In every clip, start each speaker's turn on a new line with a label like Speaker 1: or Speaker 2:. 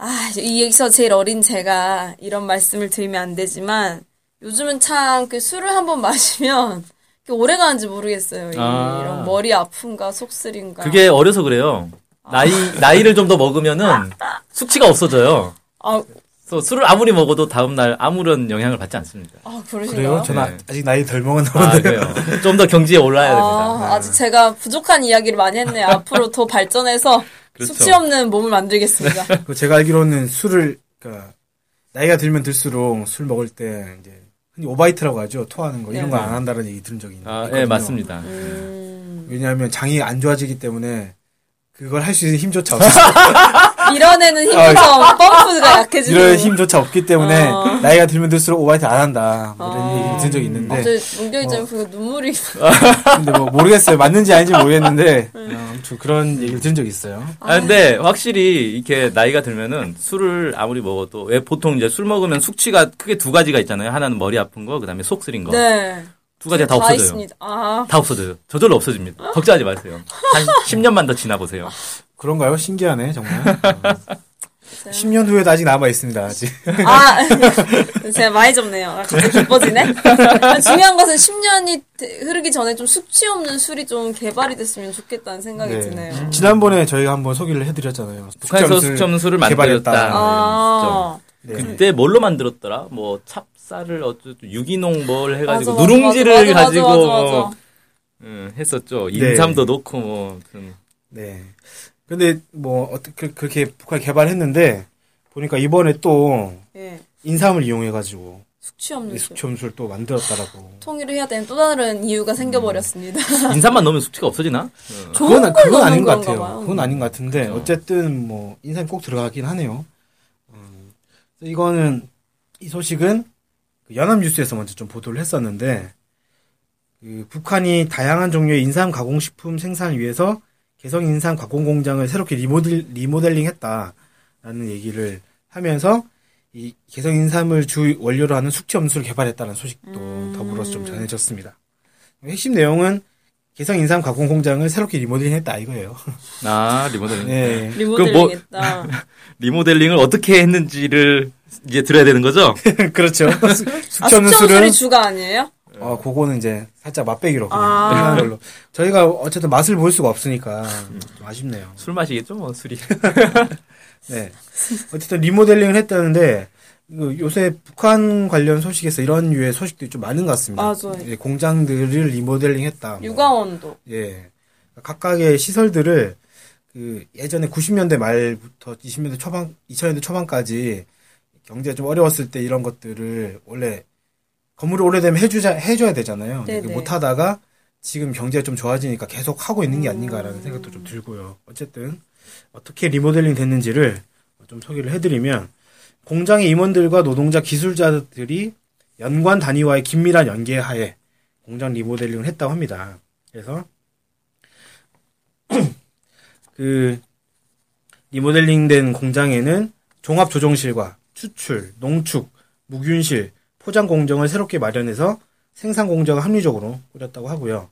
Speaker 1: 아, 이 얘기에서 제일 어린 제가 이런 말씀을 드리면 안 되지만 요즘은 참 그 술을 한번 마시면 이렇게 오래 가는지 모르겠어요. 이-
Speaker 2: 아.
Speaker 1: 이런 머리 아픔과 속쓰림과.
Speaker 2: 그게 어려서 그래요. 나이, 나이를 좀 더 먹으면은 숙취가 없어져요.
Speaker 1: 아,
Speaker 2: 그래서 술을 아무리 먹어도 다음날 아무런 영향을 받지 않습니다.
Speaker 1: 아 그러신가요?
Speaker 3: 그래요? 저는
Speaker 2: 네.
Speaker 3: 아직 나이 덜 먹었나
Speaker 2: 아,
Speaker 3: 본데요.
Speaker 2: 그래요. 좀 더 경지에 올라야 됩니다. 네.
Speaker 1: 아, 아직 제가 부족한 이야기를 많이 했네요. 앞으로 더 발전해서
Speaker 2: 그렇죠.
Speaker 1: 숙취 없는 몸을 만들겠습니다.
Speaker 3: 네. 그리고 제가 알기로는 술을, 그러니까 나이가 들면 들수록 술 먹을 때 이제 흔히 오바이트라고 하죠. 토하는 거. 이런
Speaker 1: 네.
Speaker 3: 거 안 한다는 얘기 들은 적이 있는데.
Speaker 2: 아, 예, 맞습니다.
Speaker 1: 음.
Speaker 3: 왜냐하면 장이 안 좋아지기 때문에 그걸 할 수 있는 힘조차 없어요.
Speaker 1: 이런 애는
Speaker 2: 아,
Speaker 1: 힘들어. 펌프가 약해지고.
Speaker 3: 이럴 네. 힘조차 없기 때문에
Speaker 1: 어.
Speaker 3: 나이가 들면 들수록 오바이트 안 한다. 뭐 이런
Speaker 1: 어.
Speaker 3: 얘기 들은 적이 있는데.
Speaker 1: 갑자기
Speaker 2: 어.
Speaker 1: 문경이처럼 눈물이.
Speaker 3: 근데 뭐 모르겠어요. 맞는지 아닌지 모르겠는데. 어, 아무튼 그런 얘기를 들은 적이 있어요.
Speaker 2: 아, 근데 확실히 이렇게 나이가 들면은 술을 아무리 먹어도 왜 보통 이제 술 먹으면 숙취가 크게 두 가지가 있잖아요. 하나는 머리 아픈 거, 그 다음에 속 쓰린 거.
Speaker 1: 네.
Speaker 2: 두 가지가 다 없어져요.
Speaker 1: 있습니다. 아,
Speaker 2: 다 없어져요. 저절로 없어집니다. 걱정하지 마세요. 한 10년만 더 지나보세요.
Speaker 3: 그런가요? 신기하네, 정말. 어. 10년 후에도 아직 남아있습니다, 아직.
Speaker 1: 아, 제가 많이 접네요. 아, 갑자기 기뻐지네? 중요한 것은 10년이 흐르기 전에 좀 숙취 없는 술이 좀 개발이 됐으면 좋겠다는 생각이
Speaker 3: 네.
Speaker 1: 드네요.
Speaker 3: 지난번에 저희가 한번 소개를 해드렸잖아요.
Speaker 2: 음. 북한에서
Speaker 3: 숙점술
Speaker 2: 수점술을
Speaker 3: 개발했다.
Speaker 2: 만들었다.
Speaker 1: 아,
Speaker 3: 네.
Speaker 2: 그때 뭘로 만들었더라? 뭐 찹쌀을 어쩌 유기농 뭘
Speaker 3: 네,
Speaker 2: 해가지고
Speaker 1: 맞아, 맞아,
Speaker 2: 누룽지를
Speaker 1: 맞아, 맞아,
Speaker 2: 가지고
Speaker 1: 맞아, 맞아.
Speaker 2: 뭐, 음, 했었죠. 인삼도 넣고 뭐 그런.
Speaker 3: 네. 근데 뭐 어떻게 그렇게 북한 개발했는데 보니까 이번에 또
Speaker 1: 예.
Speaker 3: 인삼을 이용해가지고
Speaker 1: 숙취 없는 술.
Speaker 3: 네, 숙점술 또 만들었다라고.
Speaker 1: 통일을 해야 되는 또 다른 이유가 생겨버렸습니다.
Speaker 2: 인삼만 넣으면 숙취가 없어지나?
Speaker 1: 좋은 걸
Speaker 3: 음. 그건
Speaker 1: 넣는
Speaker 3: 아닌 것
Speaker 1: 건가
Speaker 3: 같아요.
Speaker 1: 봐요.
Speaker 3: 그건 아닌 것 같은데
Speaker 2: 그렇죠.
Speaker 3: 어쨌든 뭐 인삼 꼭 들어가긴 하네요. 음, 그래서 이거는 이 소식은 그 연합뉴스에서 먼저 좀 보도를 했었는데 그 북한이 다양한 종류의 인삼 가공식품 생산을 위해서 개성 인삼 가공 공장을 새롭게 리모델, 리모델링했다라는 얘기를 하면서 이 개성 인삼을 주 원료로 하는 숙취 음수를 개발했다는 소식도
Speaker 2: 음.
Speaker 3: 더불어서 좀 전해졌습니다. 핵심 내용은 개성 인삼 가공 공장을 새롭게 리모델링했다 이거예요.
Speaker 2: 아 리모델링.
Speaker 1: 예.
Speaker 3: 네.
Speaker 2: 그 뭐-
Speaker 1: 리모델링했다.
Speaker 2: 리모델링을 어떻게 했는지를 이제 들어야 되는 거죠?
Speaker 3: 그렇죠.
Speaker 1: 아,
Speaker 3: 숙취
Speaker 1: 숙취
Speaker 3: 없는
Speaker 1: 없는
Speaker 3: 술은
Speaker 1: 술이 주가 아니에요?
Speaker 3: 어 그거는 이제 살짝 맛배기로 그냥
Speaker 1: 아.
Speaker 3: 하는 걸로. 저희가 어쨌든 맛을 볼 수가 없으니까 좀 아쉽네요.
Speaker 2: 술 마시겠죠, 뭐 술이.
Speaker 3: 네. 어쨌든 리모델링을 했다는데 그 요새 북한 관련 소식에서 이런 유의 소식들이 좀 많은 것 같습니다.
Speaker 1: 맞아요.
Speaker 3: 예, 공장들을 리모델링했다. 뭐.
Speaker 1: 육아원도.
Speaker 3: 예. 각각의 시설들을 그 예전에 90년대 말부터 20년대 초반, 2000년대 초반까지 경제가 좀 어려웠을 때 이런 것들을 원래 건물이 오래되면 해주자, 해줘야 되잖아요. 근데
Speaker 1: 네네.
Speaker 3: 못 하다가 지금 경제가 좀 좋아지니까 계속 하고 있는 게
Speaker 1: 음.
Speaker 3: 아닌가라는 생각도 좀 들고요. 어쨌든 어떻게 리모델링 됐는지를 좀 소개를 해드리면 공장의 임원들과 노동자 기술자들이 연관 단위와의 긴밀한 연계 하에 공장 리모델링을 했다고 합니다. 그래서 그 리모델링된 공장에는 종합 조정실과 추출, 농축, 무균실, 포장 공정을 새롭게 마련해서 생산 공정을 합리적으로 꾸렸다고 하고요.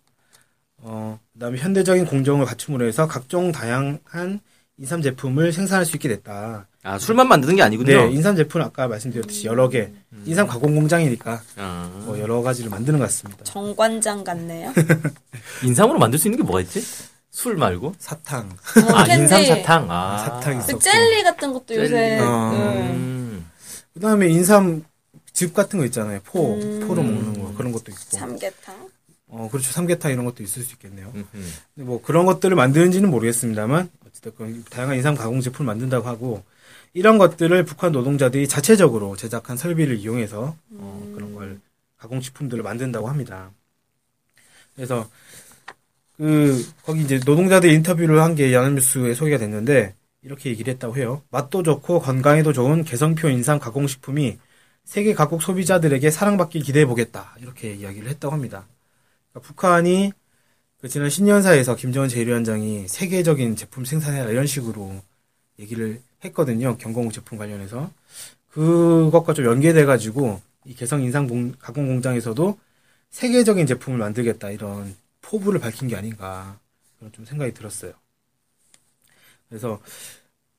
Speaker 3: 어, 그다음에 현대적인 공정을 갖춤으로 해서 각종 다양한 인삼 제품을 생산할 수 있게 됐다.
Speaker 2: 아 술만 만드는 게 아니군요. 음.
Speaker 3: 네, 인삼 제품은 아까 말씀드렸듯이 여러 개 인삼 가공 공장이니까
Speaker 2: 아.
Speaker 3: 뭐 여러 가지를 만드는 것 같습니다.
Speaker 1: 정관장 같네요.
Speaker 3: 아,
Speaker 2: 인삼으로 만들 수 있는 게 뭐가 있지? 술 말고?
Speaker 3: 사탕,
Speaker 1: 어,
Speaker 2: 아
Speaker 1: 캔디.
Speaker 2: 인삼 사탕. 아
Speaker 3: 사탕
Speaker 1: 그
Speaker 3: 있었고.
Speaker 1: 젤리 같은 것도 요새.
Speaker 2: 젤리.
Speaker 3: 어.
Speaker 1: 음.
Speaker 2: 음.
Speaker 3: 그다음에 인삼 즙 같은 거 있잖아요. 포 포로 먹는 거 그런 것도 있고.
Speaker 1: 음. 삼계탕.
Speaker 3: 어 그렇죠. 삼계탕 이런 것도 있을 수 있겠네요.
Speaker 2: 음.
Speaker 3: 근데 뭐 그런 것들을 만드는지는 모르겠습니다만 어쨌든 다양한 인삼 가공 제품을 만든다고 하고 이런 것들을 북한 노동자들이 자체적으로 제작한 설비를 이용해서 어, 그런 걸 가공 식품들을 만든다고 합니다. 그래서 그 거기 이제 노동자들 인터뷰를 한 게 연합뉴스에 소개가 됐는데 이렇게 얘기를 했다고 해요. 맛도 좋고 건강에도 좋은 개성표 인삼 가공식품이 세계 각국 소비자들에게 사랑받길 기대해 보겠다. 이렇게 이야기를 했다고 합니다. 그러니까 북한이 그 지난 신년사에서 김정은 제1위원장이 세계적인 제품 생산해라 이런 식으로 얘기를 했거든요. 경공우 제품 관련해서. 그것과 좀 연계돼가지고 이 개성 인상 봉- 가공 공장에서도 세계적인 제품을 만들겠다 이런 포부를 밝힌 게 아닌가 그런 좀 생각이 들었어요. 그래서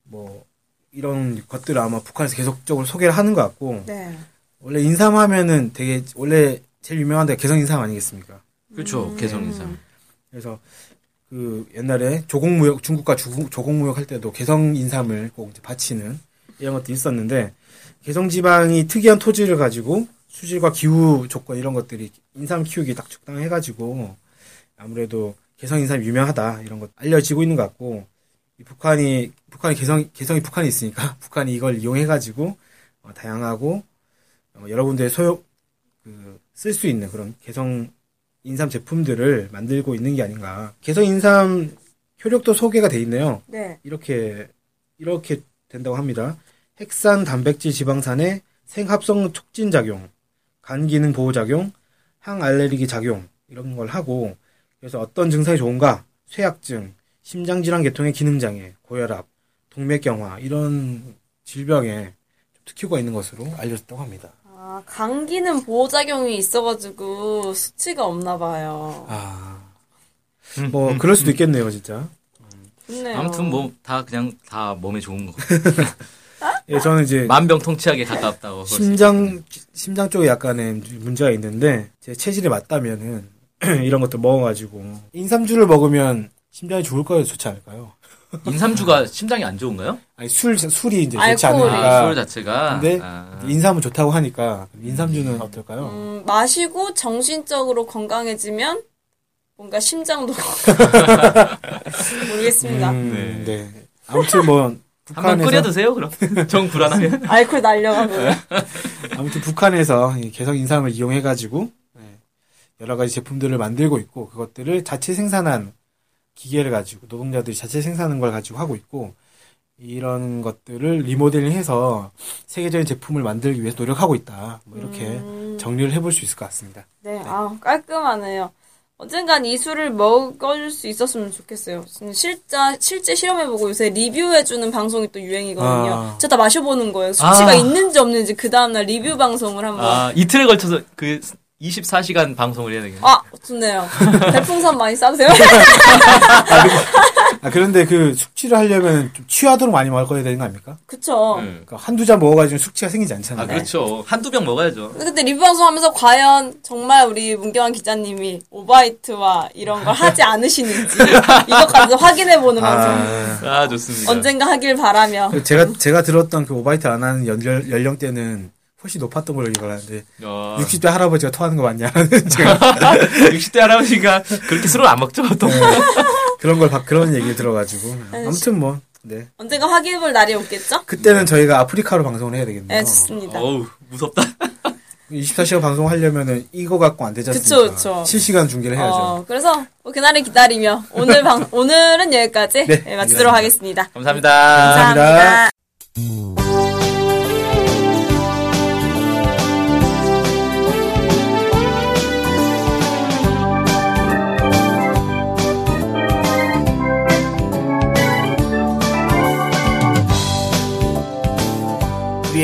Speaker 3: 뭐 이런 것들을 아마 북한에서 계속적으로 소개를 하는 것 같고
Speaker 1: 네.
Speaker 3: 원래 인삼하면은 되게 원래 제일 유명한 데가 개성 인삼 아니겠습니까?
Speaker 2: 그렇죠. 개성
Speaker 1: 음.
Speaker 2: 인삼.
Speaker 3: 그래서 그 옛날에 조공무역 중국과 주- 조공무역 할 때도 개성 인삼을 꼭 이제 바치는 이런 것도 있었는데 개성 지방이 특이한 토지를 가지고 수질과 기후 조건 이런 것들이 인삼 키우기 딱 적당해가지고 아무래도 개성 인삼 유명하다 이런 것 알려지고 있는 것 같고 이 북한이 북한이 개성 개성이 북한에 있으니까 북한이 이걸 이용해가지고 어, 다양하고 어, 여러 군데 소요 쓸 수 있는 그런 개성 인삼 제품들을 만들고 있는 게 아닌가. 개성 인삼 효력도 소개가 돼 있네요.
Speaker 1: 네.
Speaker 3: 이렇게 이렇게 된다고 합니다. 핵산 단백질 지방산의 생합성 촉진 작용, 간 기능 보호 작용, 항알레르기 작용 이런 걸 하고 그래서 어떤 증상이 좋은가? 쇠약증, 심장 질환 계통의 기능 장애, 고혈압, 동맥 경화 이런 질병에 특효가 있는 것으로 알려졌다고 합니다.
Speaker 1: 아, 감기는 보호작용이 있어가지고 수치가 없나 봐요.
Speaker 3: 아. 뭐 그럴 수도 있겠네요, 진짜.
Speaker 1: 좋네요.
Speaker 2: 아무튼 뭐 다 그냥 다 몸에 좋은 거. 같아요.
Speaker 3: 예, 저는 이제
Speaker 2: 만병통치약에 가깝다고. 볼수 있겠네요.
Speaker 3: 심장 심장 쪽에 약간의 문제가 있는데 제 체질에 맞다면은 이런 것도 먹어 가지고 인삼주를 먹으면 심장이 좋을 거예요, 좋지 않을까요?
Speaker 2: 인삼주가 심장이 안 좋은가요?
Speaker 3: 아니 술 술이 이제 좋지
Speaker 1: 알코올이.
Speaker 2: 아, 술
Speaker 3: 않으니까.
Speaker 2: 자체가.
Speaker 3: 근데
Speaker 2: 아.
Speaker 3: 인삼은 좋다고 하니까 인삼주는 어떨까요?
Speaker 1: 음, 마시고 정신적으로 건강해지면 뭔가 심장도 모르겠습니다.
Speaker 3: 음,
Speaker 2: 네.
Speaker 3: 네. 아무튼 뭐
Speaker 2: 한번
Speaker 3: 북한에서
Speaker 2: 끓여 드세요, 그럼. 정 불안하면.
Speaker 1: 알코올 날려가고.
Speaker 2: 네.
Speaker 3: 아무튼 북한에서 이 개성 인삼을 이용해 가지고 네, 여러 가지 제품들을 만들고 있고 그것들을 자체 생산한 기계를 가지고 노동자들이 자체 생산한 걸 가지고 하고 있고 이런 것들을 리모델링해서 세계적인 제품을 만들기 위해서 노력하고 있다. 뭐 이렇게 정리를 해볼 수 있을 것 같습니다.
Speaker 1: 네, 아 깔끔하네요. 언젠간 이 술을 먹을 수 있었으면 좋겠어요. 지금 실자, 실제 실험해보고 요새 리뷰해주는 방송이 또 유행이거든요.
Speaker 3: 아.
Speaker 1: 제가 다 마셔보는 거예요. 수치가
Speaker 2: 아.
Speaker 1: 있는지 없는지 그 다음날 리뷰 방송을 한번. 아,
Speaker 2: 아, 이틀에 걸쳐서 그 24시간 방송을 해야 되겠네.
Speaker 1: 아, 좋네요. 대풍선 많이 싸세요.
Speaker 3: 아 그런데 그 숙취를 하려면 좀 취하도록 많이 먹어야 되는 거 아닙니까?
Speaker 1: 그쵸.
Speaker 2: 네.
Speaker 3: 그러니까 한두 잔 먹어가지고 숙취가 생기지
Speaker 2: 아,
Speaker 3: 않잖아요.
Speaker 2: 그렇죠. 한두 병 먹어야죠.
Speaker 1: 근데 리뷰 방송하면서 과연 정말 우리 문경환 기자님이 오바이트와 이런 걸 하지 않으시는지 이것까지 확인해보는 방송.
Speaker 3: 아, 그
Speaker 2: 아, 좋습니다.
Speaker 1: 언젠가 하길 바라며.
Speaker 3: 제가 제가 들었던 그 오바이트 안 하는 연령, 연령대는 훨씬 높았던 걸로 기억하는데
Speaker 2: 어,
Speaker 3: 60대 할아버지가 토하는 거 맞냐? 제가
Speaker 2: 60, 대 할아버지가 그렇게 술을 안 먹죠, 또.
Speaker 3: 그런 걸 봐- 그런 얘기 들어가지고 아무튼 뭐 네.
Speaker 1: 언젠가 확인해볼 날이 오겠죠?
Speaker 3: 그때는 저희가 아프리카로 방송을 해야 되겠네요.
Speaker 1: 네, 좋습니다.
Speaker 2: 어우, 무섭다.
Speaker 3: 24시간 방송하려면은 이거 갖고 안 되지 않습니까?
Speaker 1: 그쵸, 그쵸.
Speaker 3: 실시간 중계를 해야죠.
Speaker 1: 어, 그래서 뭐 그날을 기다리며 오늘 방 오늘은 여기까지
Speaker 3: 네,
Speaker 1: 예, 마치도록 하겠습니다.
Speaker 2: 감사합니다.
Speaker 3: 감사합니다. 우리